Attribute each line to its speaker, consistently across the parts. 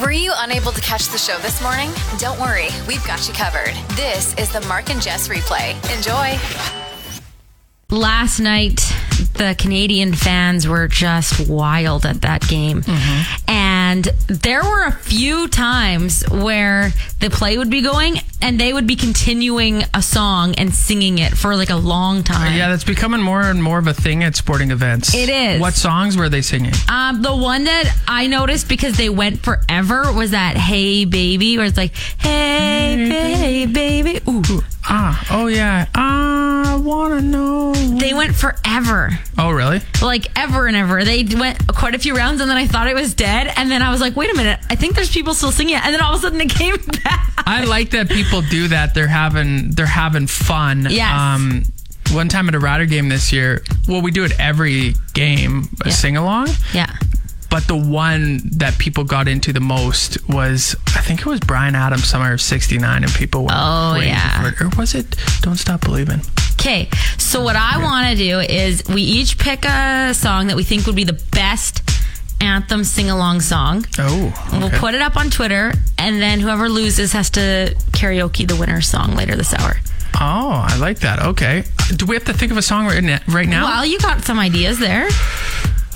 Speaker 1: Were you unable to catch the show this morning? Don't worry, we've got you covered. This is the Mark and Jess replay. Enjoy.
Speaker 2: Last night, the Canadian fans were just wild at that game. Mm-hmm. And there were a few times where the play would be going and they would be continuing a song and singing it for like a long time.
Speaker 3: Yeah, that's becoming more and more of a thing at sporting events.
Speaker 2: It is.
Speaker 3: What songs were they singing?
Speaker 2: Um, the one that I noticed because they went forever was that Hey Baby, where it's like, Hey, hey baby. Ooh.
Speaker 3: Ah, oh yeah. I wanna know.
Speaker 2: They went forever.
Speaker 3: Oh really?
Speaker 2: like ever and ever. They went quite a few rounds, and then I thought it was dead, and then I was like, wait a minute, I think there's people still singing it, and then all of a sudden it came back.
Speaker 3: I like that people do that. They're having they're having fun. Um,
Speaker 2: Yes.
Speaker 3: one time at a Rider game this year, well, we do it every game, a sing along.
Speaker 2: Yeah,
Speaker 3: But the one that people got into the most was, I think it was Brian Adams, Summer of '69, and people were
Speaker 2: Oh,
Speaker 3: crazy
Speaker 2: yeah.
Speaker 3: for it. Or was it Don't Stop Believing?
Speaker 2: Okay, so what I want to do is we each pick a song that we think would be the best anthem sing along song.
Speaker 3: Oh,
Speaker 2: We'll
Speaker 3: okay.
Speaker 2: put it up on Twitter, and then whoever loses has to karaoke the winner's song later this hour.
Speaker 3: Oh, I like that. Okay. Do we have to think of a song right, na- right now?
Speaker 2: Well, you got some ideas there.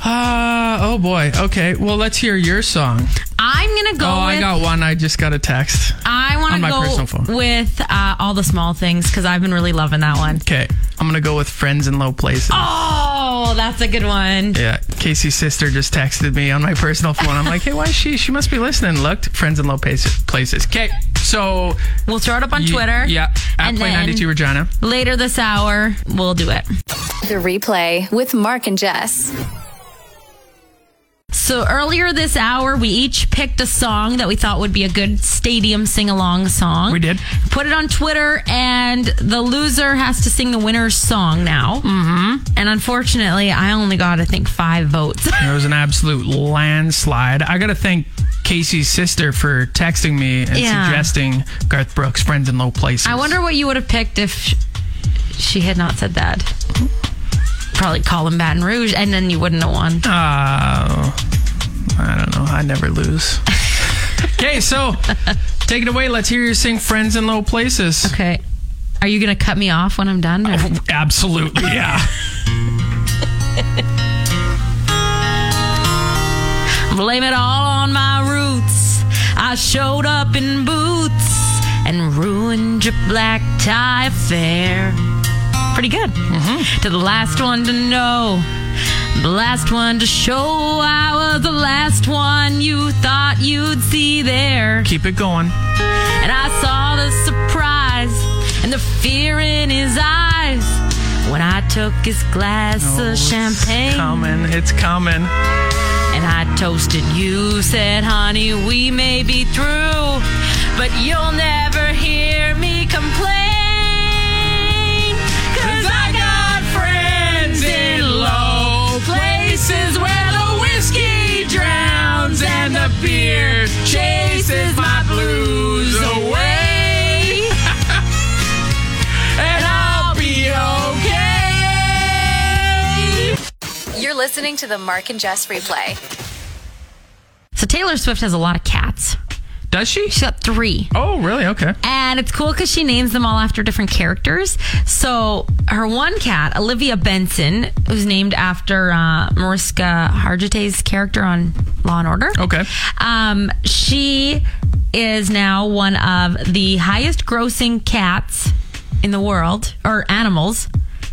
Speaker 3: Uh, oh boy. Okay. Well, let's hear your song.
Speaker 2: I'm gonna go.
Speaker 3: oh, I
Speaker 2: with-
Speaker 3: got one. I just got a text.
Speaker 2: I
Speaker 3: On my personal
Speaker 2: want to
Speaker 3: phone.
Speaker 2: go with uh, all the small things because I've been really loving that one.
Speaker 3: Okay. I'm going to go with Friends in Low Places.
Speaker 2: Oh, that's a good one.
Speaker 3: Yeah. Casey's sister just texted me on my personal phone. I'm like, hey, why is she? She must be listening. Looked. Friends in Low Pace- Places. Okay. So.
Speaker 2: We'll throw it up on
Speaker 3: you-
Speaker 2: Twitter.
Speaker 3: Yeah. At
Speaker 2: and
Speaker 3: Play
Speaker 2: then
Speaker 3: 92 Regina.
Speaker 2: later this hour, we'll do it.
Speaker 1: The replay with Mark and Jess.
Speaker 2: So earlier this hour, we each picked a song that we thought would be a good stadium sing along song.
Speaker 3: We did.
Speaker 2: Put it on Twitter, and the loser has to sing the winner's song now. Mm-hmm. And unfortunately, I only got, I think, five votes.
Speaker 3: It was an absolute landslide. I got to thank Casey's sister for texting me and
Speaker 2: Yeah.
Speaker 3: suggesting Garth Brooks' Friends in Low Places.
Speaker 2: I wonder what you would have picked if sh- she had not said that. Probably Colin Baton Rouge, and then you wouldn't have won.
Speaker 3: Uh, I don't know. I never lose. okay, so take it away. Let's hear you sing Friends in Low Places.
Speaker 2: Okay. Are you going to cut me off when I'm done? or-
Speaker 3: Absolutely, yeah.
Speaker 2: Blame it all on my roots. I showed up in boots and ruined your black tie affair. Pretty good. To the last one to know, the last one to show, I was the last one you thought you'd see there.
Speaker 3: Keep it going.
Speaker 2: And I saw the surprise and the fear in his eyes when I took his glass
Speaker 3: Oh,
Speaker 2: of
Speaker 3: it's
Speaker 2: champagne
Speaker 3: coming. It's coming.
Speaker 2: and I toasted you. Said, honey, we may be through, but you'll never hear me complain. Cause I got friends in low places where the whiskey drowns and the beer chases my blues away. and I'll be okay.
Speaker 1: You're listening to the Mark and Jess replay.
Speaker 2: So Taylor Swift has a lot of cats.
Speaker 3: Does she?
Speaker 2: She's got three.
Speaker 3: Oh, really? Okay.
Speaker 2: And it's cool because she names them all after different characters. So her one cat, Olivia Benson, was named after uh, Mariska Hargitay's character on Law and Order.
Speaker 3: Okay.
Speaker 2: Um, she is now one of the highest grossing cats in the world, or animals.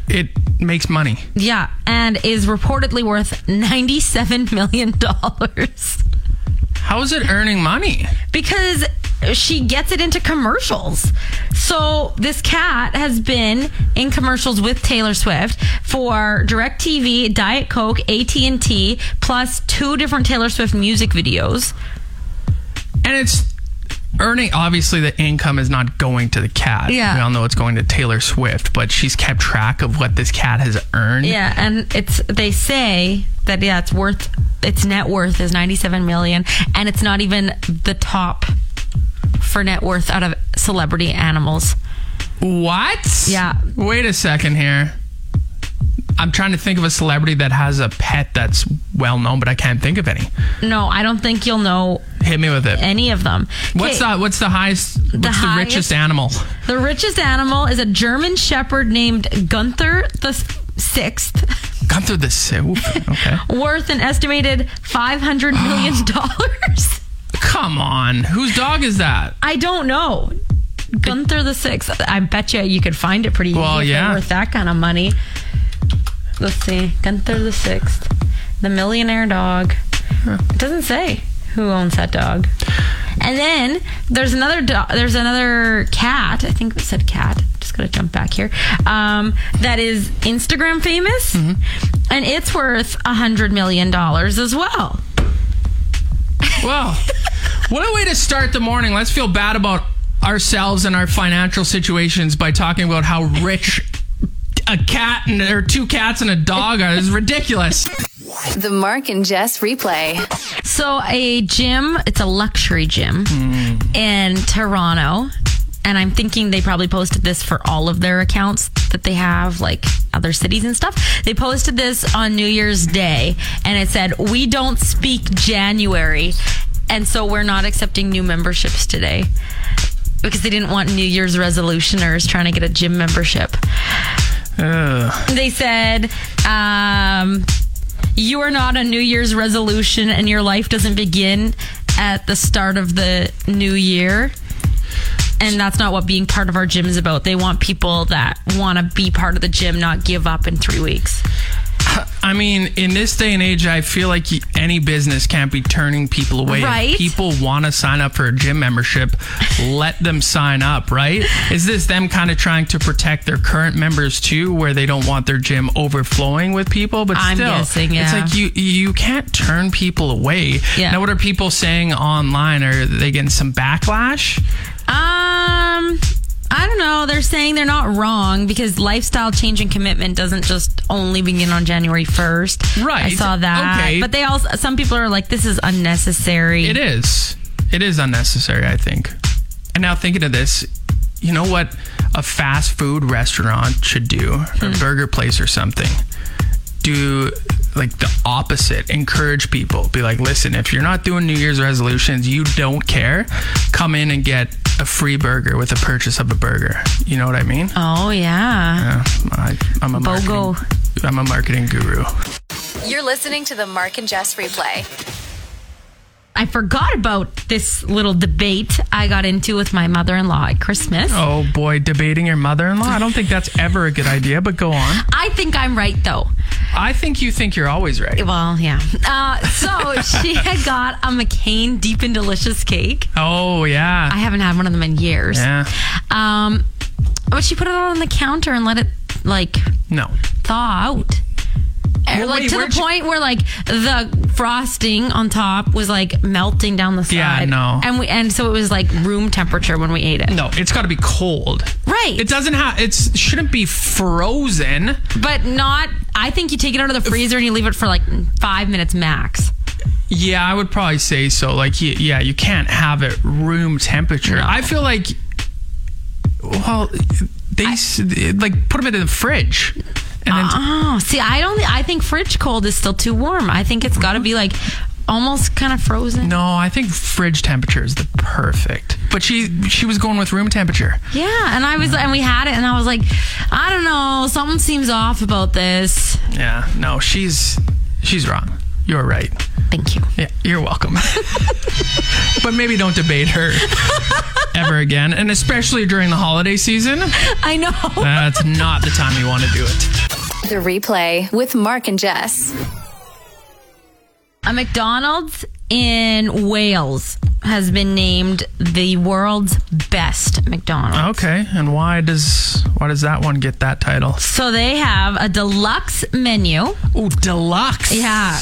Speaker 3: It makes money.
Speaker 2: Yeah. And is reportedly worth $97 million.
Speaker 3: How is it earning money?
Speaker 2: because she gets it into commercials. So this cat has been in commercials with Taylor Swift for DirecTV, Diet Coke, AT&T, plus two different Taylor Swift music videos.
Speaker 3: And it's earning, obviously, the income is not going to the cat.
Speaker 2: Yeah.
Speaker 3: We all know it's going to Taylor Swift, but she's kept track of what this cat has earned.
Speaker 2: Yeah, and it's they say that yeah, it's worth its net worth is 97 million and it's not even the top for net worth out of celebrity animals.
Speaker 3: What?
Speaker 2: Yeah.
Speaker 3: Wait a second here. I'm trying to think of a celebrity that has a pet that's well known, but I can't think of any.
Speaker 2: No, I don't think you'll know
Speaker 3: Hit me with it.
Speaker 2: any of them.
Speaker 3: what's
Speaker 2: Okay,
Speaker 3: the what's the highest what's the
Speaker 2: highest-
Speaker 3: richest animal?
Speaker 2: The richest animal is a German shepherd named Gunther the s- 6th,
Speaker 3: Gunther the Soup. Okay.
Speaker 2: worth an estimated 500 million dollars.
Speaker 3: Come on. Whose dog is that?
Speaker 2: I don't know. Gunther the Sixth. I bet you you could find it pretty easy.
Speaker 3: Well,
Speaker 2: if they're
Speaker 3: yeah.
Speaker 2: Worth that kind of money. Let's see. Gunther the Sixth, the millionaire dog. It doesn't say who owns that dog. And then there's another dog. There's another cat. I think it said cat. Just gotta jump back here. Um, that is Instagram famous,
Speaker 3: Mm-hmm.
Speaker 2: and it's worth a hundred million dollars as well.
Speaker 3: Well, what a way to start the morning. Let's feel bad about ourselves and our financial situations by talking about how rich a cat and or two cats and a dog are. It's ridiculous.
Speaker 1: The Mark and Jess replay.
Speaker 2: So a gym, it's a luxury gym in Toronto. And I'm thinking they probably posted this for all of their accounts that they have, like other cities and stuff. They posted this on New Year's Day and it said, We don't speak January. And so we're not accepting new memberships today because they didn't want New Year's resolutioners trying to get a gym membership
Speaker 3: Ugh.
Speaker 2: they said um, you are not a new year's resolution and your life doesn't begin at the start of the new year and that's not what being part of our gym is about they want people that want to be part of the gym not give up in three weeks
Speaker 3: I mean, in this day and age, I feel like y- any business can't be turning people away. If
Speaker 2: Right.
Speaker 3: people want to sign up for a gym membership, let them sign up, right? Is this them kind of trying to protect their current members too, where they don't want their gym overflowing with people? But
Speaker 2: I'm
Speaker 3: still,
Speaker 2: guessing,
Speaker 3: it's
Speaker 2: yeah.
Speaker 3: like you you can't turn people away.
Speaker 2: Yeah.
Speaker 3: Now, what are people saying online? Are they getting some backlash?
Speaker 2: um I don't know. They're saying they're not wrong because lifestyle change and commitment doesn't just only begin on January 1st. I
Speaker 3: Right.
Speaker 2: saw that.
Speaker 3: Okay.
Speaker 2: But they also some people are like this is unnecessary.
Speaker 3: It is. It is unnecessary, I think. And now thinking of this, you know what a fast food restaurant should do, or a burger place or something? Do like the opposite. Encourage people. Be like, listen, if you're not doing New Year's resolutions, you don't care, come in and get a free burger with a purchase of a burger. You know what I mean?
Speaker 2: Oh yeah.
Speaker 3: Yeah, I, I'm a
Speaker 2: Bogo.
Speaker 3: marketing- I'm a marketing guru.
Speaker 1: You're listening to the Mark and Jess replay.
Speaker 2: I forgot about this little debate I got into with my mother in law at Christmas.
Speaker 3: Oh boy, debating your mother-in-law. I don't think that's ever a good idea, but go on.
Speaker 2: I think I'm right, though.
Speaker 3: I think you think you're always right.
Speaker 2: Well, yeah. Uh, so she had got a McCain Deep and Delicious cake.
Speaker 3: Oh
Speaker 2: I
Speaker 3: yeah,
Speaker 2: haven't had one of them in years.
Speaker 3: yeah.
Speaker 2: Um, but she put it on the counter and let it, like,
Speaker 3: No,
Speaker 2: thaw out. And,
Speaker 3: Well,
Speaker 2: like
Speaker 3: wait,
Speaker 2: to the
Speaker 3: where'd you-
Speaker 2: point where like the frosting on top was like melting down the side.
Speaker 3: Yeah, no.
Speaker 2: And we and so it was like room temperature when we ate it.
Speaker 3: no. It's got to be cold.
Speaker 2: Right.
Speaker 3: It doesn't have. It shouldn't be frozen.
Speaker 2: But not. I think you take it out of the freezer and you leave it for like five minutes max.
Speaker 3: Yeah, I would probably say so. Like, y- yeah, you can't have it room temperature. I feel like, well, they s like put them in the fridge, and then
Speaker 2: Oh, see, I don't. I think fridge cold is still too warm. I think it's got to be like almost kind of frozen.
Speaker 3: no, I think fridge temperature is the perfect. But she she was going with room temperature.
Speaker 2: Yeah, and I was, and we had it, and I was like, I don't know, something seems off about this.
Speaker 3: Yeah, no, she's she's wrong. You're right.
Speaker 2: Thank you.
Speaker 3: Yeah, you're welcome. but maybe don't debate her ever again, and especially during the holiday season.
Speaker 2: I know.
Speaker 3: That's not the time you want to do it.
Speaker 1: The replay with Mark and Jess.
Speaker 2: A McDonald's in Wales has been named the world's best McDonald's.
Speaker 3: Okay, and why does why does that one get that title?
Speaker 2: So they have a deluxe menu.
Speaker 3: Oh, deluxe.
Speaker 2: Yeah.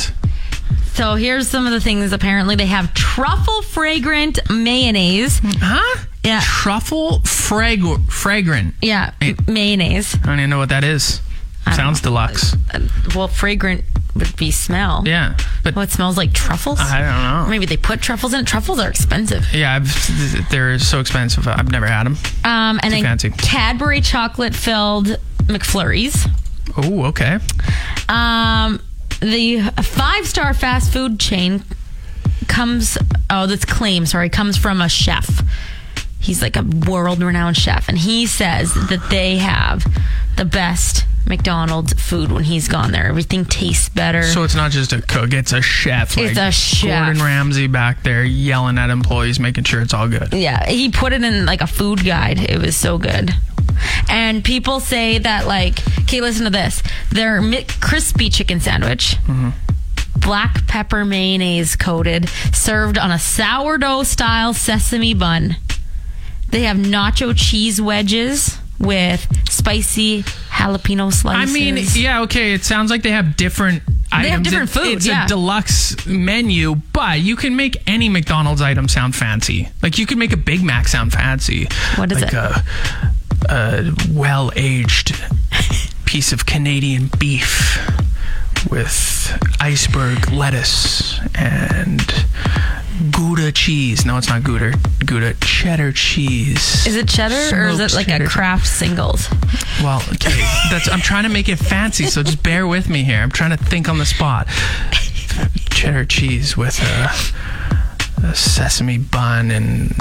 Speaker 2: So here's some of the things apparently they have truffle fragrant mayonnaise.
Speaker 3: Huh?
Speaker 2: Yeah.
Speaker 3: Truffle frag- fragrant.
Speaker 2: Yeah,
Speaker 3: May-
Speaker 2: mayonnaise.
Speaker 3: I don't even know what that is. Sounds deluxe.
Speaker 2: Well, fragrant would be smell.
Speaker 3: Yeah, Uh-huh. but
Speaker 2: Well, it smells like truffles.
Speaker 3: I don't know.
Speaker 2: Maybe they put truffles in it. Truffles are expensive.
Speaker 3: yeah, I've, they're so expensive. I've never had them.
Speaker 2: Um, and then
Speaker 3: fancy.
Speaker 2: Cadbury chocolate filled McFlurries.
Speaker 3: Oh, okay.
Speaker 2: Um, the five star fast food chain comes. Oh, this claim, sorry, comes from a chef. He's like a world renowned chef, and he says that they have the best McDonald's food when he's gone there. Everything tastes better.
Speaker 3: So it's not just a cook; it's a chef.
Speaker 2: It's a chef.
Speaker 3: Gordon Ramsay back there yelling at employees, making sure it's all good.
Speaker 2: Yeah, he put it in like a food guide. It was so good. And people say that like, okay, listen to this. Their Mc- crispy chicken sandwich,
Speaker 3: Mm-hmm.
Speaker 2: black pepper mayonnaise coated, served on a sourdough style sesame bun. They have nacho cheese wedges with spicy jalapeno
Speaker 3: I
Speaker 2: slices.
Speaker 3: mean, yeah, okay. It sounds like they have different. items.
Speaker 2: have different
Speaker 3: It-
Speaker 2: food,
Speaker 3: It's
Speaker 2: yeah.
Speaker 3: a deluxe menu, but you can make any McDonald's item sound fancy. Like you can make a Big Mac sound fancy.
Speaker 2: What is
Speaker 3: like
Speaker 2: it?
Speaker 3: A, a well-aged piece of Canadian beef with iceberg lettuce and Gouda cheese. No, it's not Gouda. Gouda cheddar cheese.
Speaker 2: is it cheddar or is it
Speaker 3: Smoked
Speaker 2: like a
Speaker 3: cheddar.
Speaker 2: Kraft singles?
Speaker 3: Well, okay, that's I'm trying to make it fancy, so just bear with me here. I'm trying to think on the spot. Cheddar cheese with a, a sesame bun and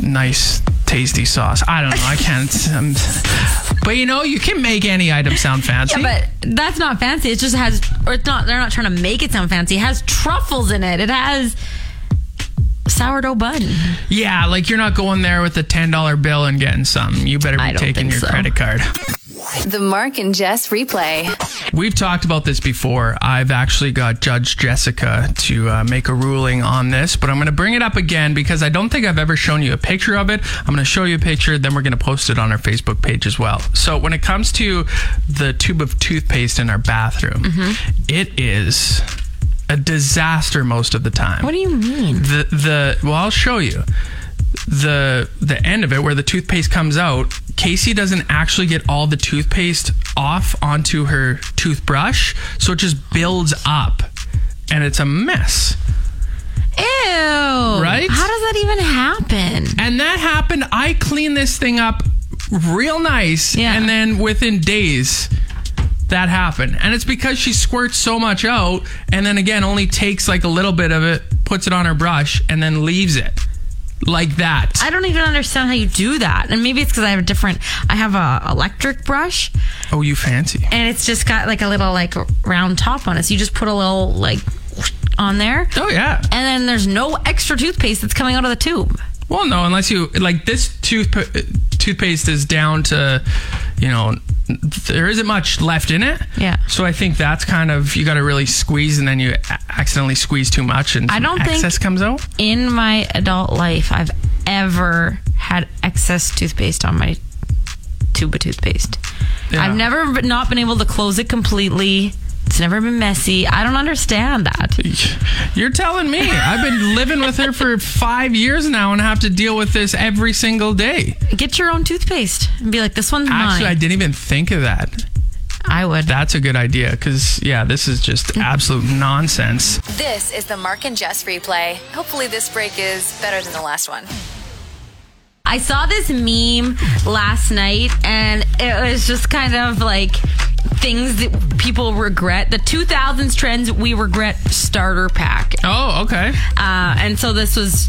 Speaker 3: nice tasty sauce. I don't know. I can't. I'm, but you know, you can make any item sound fancy.
Speaker 2: Yeah, but that's not fancy. It just has, or it's not. They're not trying to make it sound fancy. It has truffles in it. It has sourdough bun.
Speaker 3: Yeah, like you're not going there with a ten dollar bill and getting something. You better be
Speaker 2: I don't
Speaker 3: taking
Speaker 2: think
Speaker 3: your
Speaker 2: so.
Speaker 3: credit card.
Speaker 1: The Mark and Jess replay.
Speaker 3: We've talked about this before. I've actually got Judge Jessica to uh, make a ruling on this, but I'm going to bring it up again because I don't think I've ever shown you a picture of it. I'm going to show you a picture, then we're going to post it on our Facebook page as well. So, when it comes to the tube of toothpaste in our bathroom,
Speaker 2: Mm-hmm.
Speaker 3: it is a disaster most of the time.
Speaker 2: What do you mean?
Speaker 3: the the well I'll show you the the end of it where the toothpaste comes out Casey doesn't actually get all the toothpaste off onto her toothbrush so it just builds up and it's a mess
Speaker 2: Ew.
Speaker 3: Right?
Speaker 2: How does that even happen?
Speaker 3: and that happened I cleaned this thing up real nice
Speaker 2: Yeah.
Speaker 3: and then within days that happened and it's because she squirts so much out and then again only takes like a little bit of it puts it on her brush and then leaves it like that
Speaker 2: I don't even understand how you do that. And maybe it's because I have a different. I have a electric brush,
Speaker 3: oh you fancy
Speaker 2: and it's just got like a little like round top on it. So you just put a little like on there,
Speaker 3: Oh yeah.
Speaker 2: and then there's no extra toothpaste that's coming out of the tube.
Speaker 3: Well, no, unless you like this tooth uh, toothpaste is down to, you know, there isn't much left in it.
Speaker 2: Yeah.
Speaker 3: So I think that's kind of you got to really squeeze, and then you a- accidentally squeeze too much, and
Speaker 2: I
Speaker 3: some
Speaker 2: don't think-
Speaker 3: excess comes out.
Speaker 2: in my adult life I've ever had excess toothpaste on my tube of toothpaste.
Speaker 3: Yeah.
Speaker 2: I've never b- not been able to close it completely. It's never been messy. I don't understand that.
Speaker 3: You're telling me I've been living with her for five years now, and have to deal with this every single day.
Speaker 2: Get your own toothpaste and be like, this one's
Speaker 3: Actually, I
Speaker 2: mine.
Speaker 3: didn't even think of that.
Speaker 2: I, would.
Speaker 3: That's a good idea because yeah, this is just
Speaker 2: Mm.
Speaker 3: absolute nonsense.
Speaker 1: This is the Mark and Jess replay. Hopefully, this break is better than the last one.
Speaker 2: I saw this meme last night and it was just kind of like things that people regret. The 2000s trends we regret starter pack.
Speaker 3: Oh, okay.
Speaker 2: uh, and so this was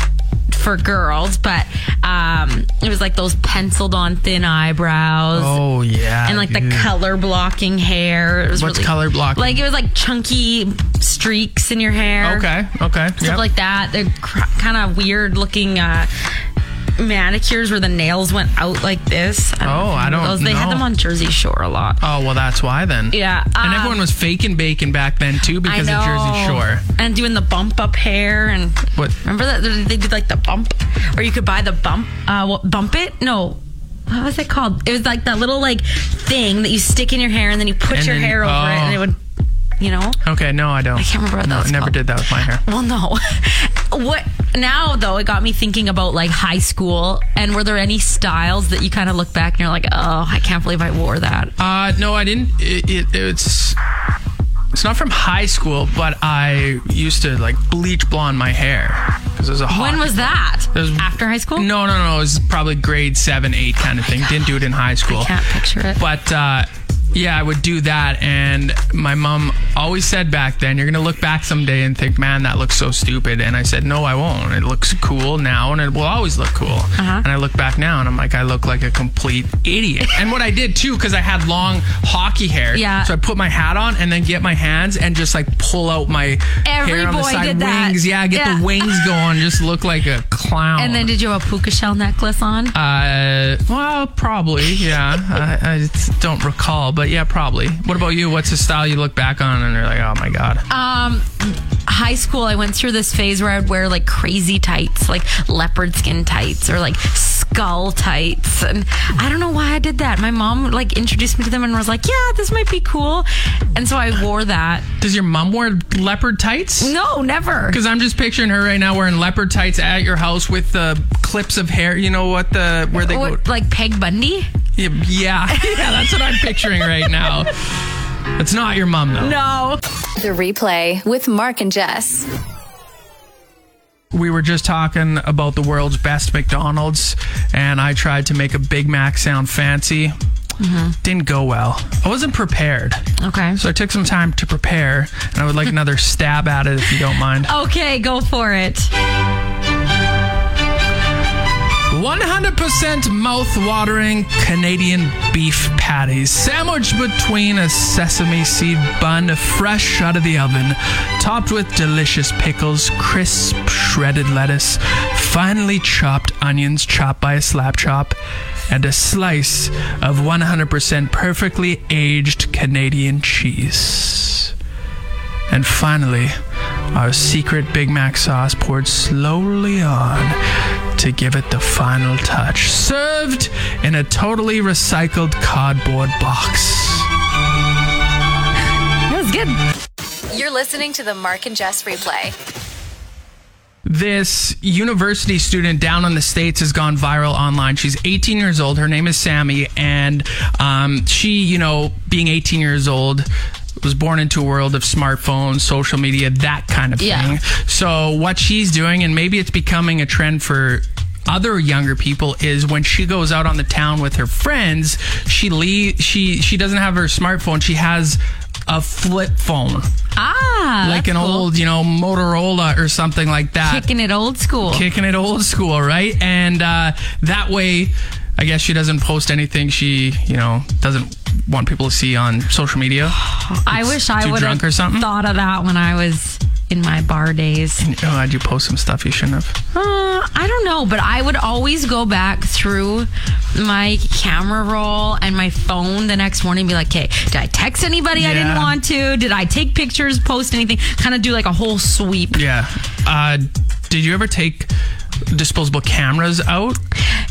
Speaker 2: for girls, but um, it was like those penciled on thin eyebrows.
Speaker 3: Oh yeah.
Speaker 2: And like the
Speaker 3: dude.
Speaker 2: color blocking hair. It was
Speaker 3: What's
Speaker 2: really-
Speaker 3: color blocking?
Speaker 2: Like it was like chunky streaks in your hair.
Speaker 3: Okay. Okay.
Speaker 2: Stuff
Speaker 3: yep.
Speaker 2: like that. They're cr- kind of weird looking uh, manicures where the nails went out like this. I know
Speaker 3: Oh,
Speaker 2: if you
Speaker 3: I
Speaker 2: remember
Speaker 3: don't
Speaker 2: They had
Speaker 3: know.
Speaker 2: them on Jersey Shore a lot.
Speaker 3: Oh well, that's why then.
Speaker 2: Yeah,
Speaker 3: and
Speaker 2: um,
Speaker 3: everyone was faking bacon back then too
Speaker 2: I
Speaker 3: because of Jersey
Speaker 2: know.
Speaker 3: Shore.
Speaker 2: and doing the bump up hair and
Speaker 3: What?
Speaker 2: Remember that they did like the bump, or you could buy the bump. Uh, what bump it? No. What was it called? It was like that little like thing that you stick in your hair and then you put
Speaker 3: And
Speaker 2: your
Speaker 3: then-
Speaker 2: hair over it and
Speaker 3: oh.
Speaker 2: it would, you know.
Speaker 3: Okay, no, I don't. I
Speaker 2: can't remember what
Speaker 3: no,
Speaker 2: that was
Speaker 3: I never
Speaker 2: called.
Speaker 3: did that with my hair.
Speaker 2: Well, no. What now though? It got me thinking about like high school and were there any styles that you kind of look back and you're like, oh, I can't believe I wore that.
Speaker 3: Uh, no, I didn't. It, it, it's it's not from high school, but I used to like bleach blonde my hair because it was a hot.
Speaker 2: When was that?
Speaker 3: There's-
Speaker 2: After high school? Oh
Speaker 3: No, no, no. It was probably grade seven, eight kind of thing. Didn't do it in high school.
Speaker 2: Can't picture it.
Speaker 3: But uh, yeah, I would do that. And my mom always said back then, you're going to look back someday and think, man, that looks so stupid. And I said, no, I won't. It looks cool now and it will always look cool.
Speaker 2: Uh-huh.
Speaker 3: And I look back now and I'm like, I look like a complete idiot. and what I did too, because I had long hockey hair.
Speaker 2: Yeah.
Speaker 3: So I put my hat on and then get my hands and just like pull out my
Speaker 2: Every
Speaker 3: hair on the
Speaker 2: boy
Speaker 3: side.
Speaker 2: did that.
Speaker 3: wings. Yeah, get
Speaker 2: Yeah.
Speaker 3: the wings going. Just look like a clown.
Speaker 2: And then did you have a puka shell necklace on?
Speaker 3: Uh, well, probably, yeah. I, I just don't recall, but yeah, probably. What about you? What's a style you look back on and you're like, oh my god?
Speaker 2: Um, high school, I went through this phase where I'd wear like crazy tights, like leopard skin tights or like skull tights, and I don't know why I did that. My mom like introduced me to them and was like, "Yeah, this might be cool," and so I wore that.
Speaker 3: Does your mom wear leopard tights?
Speaker 2: No, never.
Speaker 3: Because I'm just picturing her right now wearing leopard tights at your house with the clips of hair. You know what the where they go?
Speaker 2: What, like Peg Bundy?
Speaker 3: Yeah, yeah, yeah, that's what I'm picturing right now. It's not your mom though.
Speaker 2: No.
Speaker 1: The replay with Mark and Jess.
Speaker 3: We were just talking about the world's best McDonald's, and I tried to make a Big Mac sound fancy.
Speaker 2: Mm-hmm.
Speaker 3: Didn't go well. I wasn't prepared.
Speaker 2: Okay.
Speaker 3: So I took some time to prepare, and I would like another stab at it if you don't mind.
Speaker 2: Okay, go for it.
Speaker 3: 100% mouth-watering Canadian beef patties sandwiched between a sesame seed bun fresh out of the oven, topped with delicious pickles, crisp shredded lettuce, finely chopped onions chopped by a slap chop, and a slice of 100% perfectly aged Canadian cheese. And finally, our secret Big Mac sauce poured slowly on to give it the final touch. Served in a totally recycled cardboard box.
Speaker 2: That was good.
Speaker 1: You're listening to the Mark and Jess replay.
Speaker 3: This university student down in the States has gone viral online. She's 18 years old. Her name is Sammy. And um, she, you know, being 18 years old, was born into a world of smartphones, social media, that kind of
Speaker 2: Yeah.
Speaker 3: thing. So, what she's doing, and maybe it's becoming a trend for other younger people is when she goes out on the town with her friends she leave she she doesn't have her smartphone she has a flip phone
Speaker 2: Ah,
Speaker 3: like an
Speaker 2: that's cool.
Speaker 3: old you know motorola or something like that
Speaker 2: kicking it old school.
Speaker 3: kicking it old school, right? And uh, that way, I guess she doesn't post anything she, you know, doesn't want people to see on social media.
Speaker 2: I wish I
Speaker 3: too
Speaker 2: would have
Speaker 3: drunk or something?
Speaker 2: thought of that when I was in my bar days.
Speaker 3: Oh, I do post some stuff you shouldn't have.
Speaker 2: Uh, I don't know, but I would always go back through my camera roll and my phone the next morning and be like, okay, did I text anybody I didn't
Speaker 3: Yeah.
Speaker 2: want to? Did I take pictures, post anything? Kind of do like a whole sweep.
Speaker 3: Yeah. Uh, did you ever take disposable cameras out?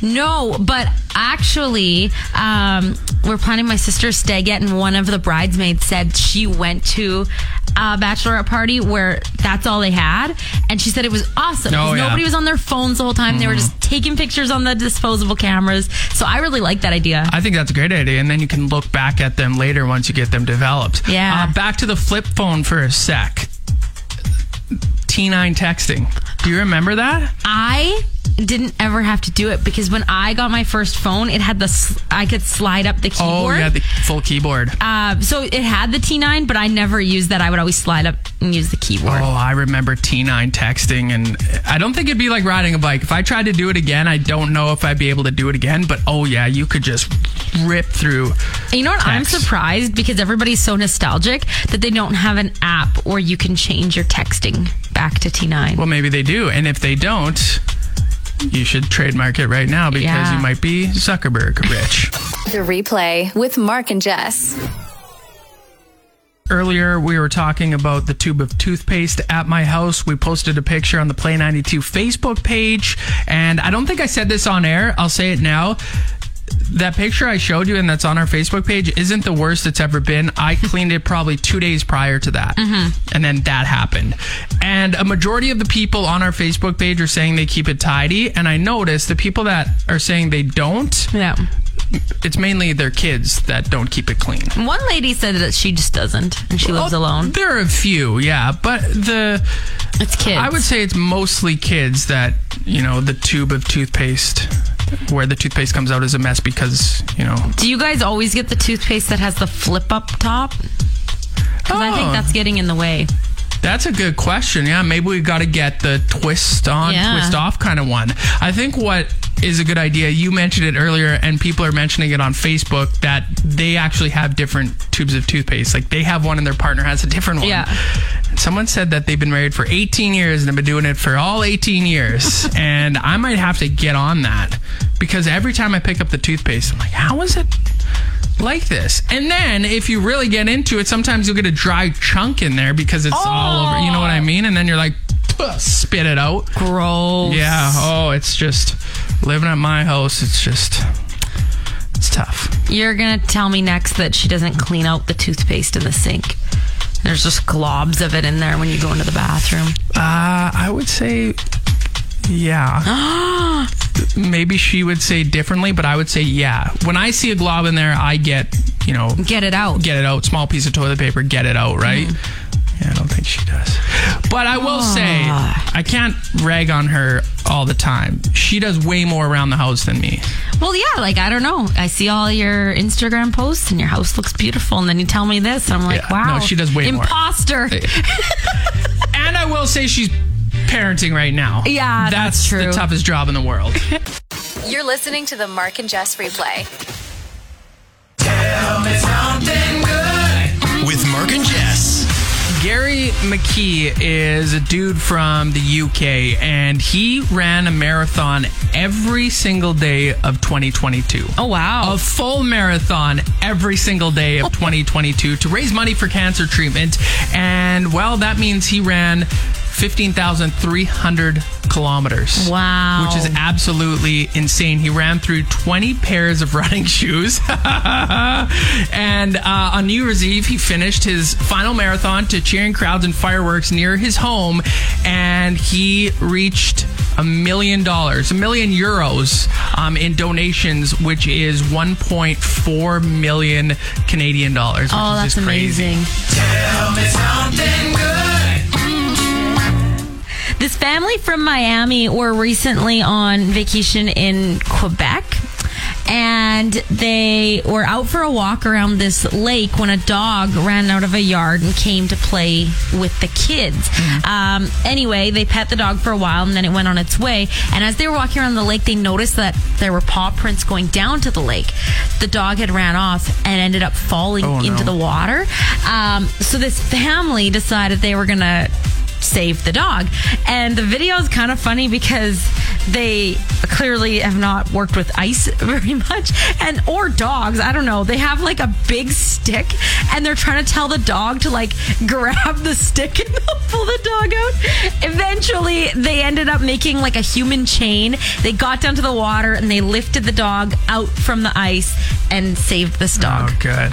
Speaker 2: No, but actually, um, we're planning my sister's stay get, and one of the bridesmaids said she went to a bachelorette party where that's all they had, and she said it was awesome. 'cause
Speaker 3: Oh, yeah. Mm-hmm.
Speaker 2: Nobody was on their phones the whole time; they were just taking pictures on the disposable cameras. So I really like that idea.
Speaker 3: I think that's a great idea, and then you can look back at them later once you get them developed.
Speaker 2: Yeah.
Speaker 3: Uh, back to the flip phone for a sec. T9 texting. Do you remember that?
Speaker 2: I didn't ever have to do it because when I got my first phone, it had the sl- I could slide up the
Speaker 3: Oh,
Speaker 2: keyboard.
Speaker 3: yeah, the full keyboard.
Speaker 2: uh, so it had the T9, but I never used that. I would always slide up and use the keyboard.
Speaker 3: Oh, I remember T9 texting, and I don't think it'd be like riding a bike. If I tried to do it again, I don't know if I'd be able to do it again, but oh, yeah, you could just rip through.
Speaker 2: And You know what? I'm
Speaker 3: Text.
Speaker 2: surprised because everybody's so nostalgic that they don't have an app where you can change your texting back to T9.
Speaker 3: Well, maybe they do, and if they don't, You should trademark it right now because
Speaker 2: Yeah.
Speaker 3: you might be Zuckerberg rich.
Speaker 1: The replay with Mark and Jess.
Speaker 3: Earlier, we were talking about the tube of toothpaste at my house. We posted a picture on the Play 92 Facebook page. And I don't think I said this on air. I'll say it now. That picture I showed you and that's on our Facebook page isn't the worst it's ever been. I cleaned it probably two days prior to that. And then that happened. And a majority of the people on our Facebook page are saying they keep it tidy. And I noticed the people that are saying they don't,
Speaker 2: Yeah.
Speaker 3: it's mainly their kids that don't keep it clean.
Speaker 2: One lady said that she just doesn't, and she lives
Speaker 3: Oh,
Speaker 2: alone.
Speaker 3: There are a few, yeah, but the
Speaker 2: It's kids.
Speaker 3: I would say it's mostly kids that you know the tube of toothpaste where the toothpaste comes out is a mess because you know.
Speaker 2: Do you guys always get the toothpaste that has the flip up top? Because I think
Speaker 3: Oh.
Speaker 2: that's getting in the way.
Speaker 3: That's a good question. Yeah, maybe we got to get the twist on,
Speaker 2: Yeah.
Speaker 3: twist off kind of one. I think what is a good idea, you mentioned it earlier, and people are mentioning it on Facebook that they actually have different tubes of toothpaste. Like they have one and their partner has a different one.
Speaker 2: Yeah.
Speaker 3: Someone said that they've been married for 18 years and have been doing it for all 18 years. and I might have to get on that because every time I pick up the toothpaste, I'm like, how is it like this? And then if you really get into it, sometimes you'll get a dry chunk in there because it's all over. You know what I mean? And then you're like, "Ugh," spit it out.
Speaker 2: Gross.
Speaker 3: Yeah. Oh, it's just living at my house. It's just, it's tough.
Speaker 2: You're gonna tell me next that she doesn't clean out the toothpaste in the sink. There's just globs of it in there when you go into the bathroom.
Speaker 3: Uh, I would say, yeah. Maybe she would say differently, but I would say, yeah. When I see a glob in there, I get, you know,
Speaker 2: Get it out.
Speaker 3: get it out. Small piece of toilet paper, get it out, right? Yeah, I don't think she does. But I will say, I can't rag on her all the time. She does way more around the house than me.
Speaker 2: Well, yeah, like I don't know. I see all your Instagram posts and your house looks beautiful, and then you tell me this, and I'm like,
Speaker 3: Yeah. No,
Speaker 2: wow.
Speaker 3: she does way more. Eh,
Speaker 2: Imposter.
Speaker 3: And I will say she's parenting right now.
Speaker 2: Yeah, that's
Speaker 3: That's
Speaker 2: true.
Speaker 3: the toughest job in the world.
Speaker 1: You're listening to the Mark and Jess replay.
Speaker 4: With Mark and Jess.
Speaker 3: Gary McKee is a dude from the UK, and he ran a marathon every single day of 2022.
Speaker 2: Oh wow.
Speaker 3: A full marathon every single day of 2022 to raise money for cancer treatment. And, well, that means he ran 15,300 kilometers.
Speaker 2: Wow.
Speaker 3: Which is absolutely insane. He ran through 20 pairs of running shoes. and uh, on New Year's Eve, he finished his final marathon to cheering crowds and fireworks near his home. And he reached a million dollars, a million euros um, in donations, which is 1.4 million Canadian dollars. Which
Speaker 2: Oh,
Speaker 3: is
Speaker 2: that's
Speaker 3: just crazy.
Speaker 2: amazing. This family from Miami were recently on vacation in Quebec. And they were out for a walk around this lake when a dog ran out of a yard and came to play with the kids.
Speaker 3: Mm-hmm.
Speaker 2: Um, anyway, they pet the dog for a while and then it went on its way. And as they were walking around the lake, they noticed that there were paw prints going down to the lake. The dog had ran off and ended up falling
Speaker 3: Oh, no.
Speaker 2: into the water. Um, so this family decided they were going to save the dog. And the video is kind of funny because they clearly have not worked with ice very much and or dogs, I don't know. They have like a big stick and they're trying to tell the dog to like grab the stick and they'll pull the dog out. Eventually, they ended up making like a human chain. They got down to the water and they lifted the dog out from the ice and saved this dog.
Speaker 3: Oh, good.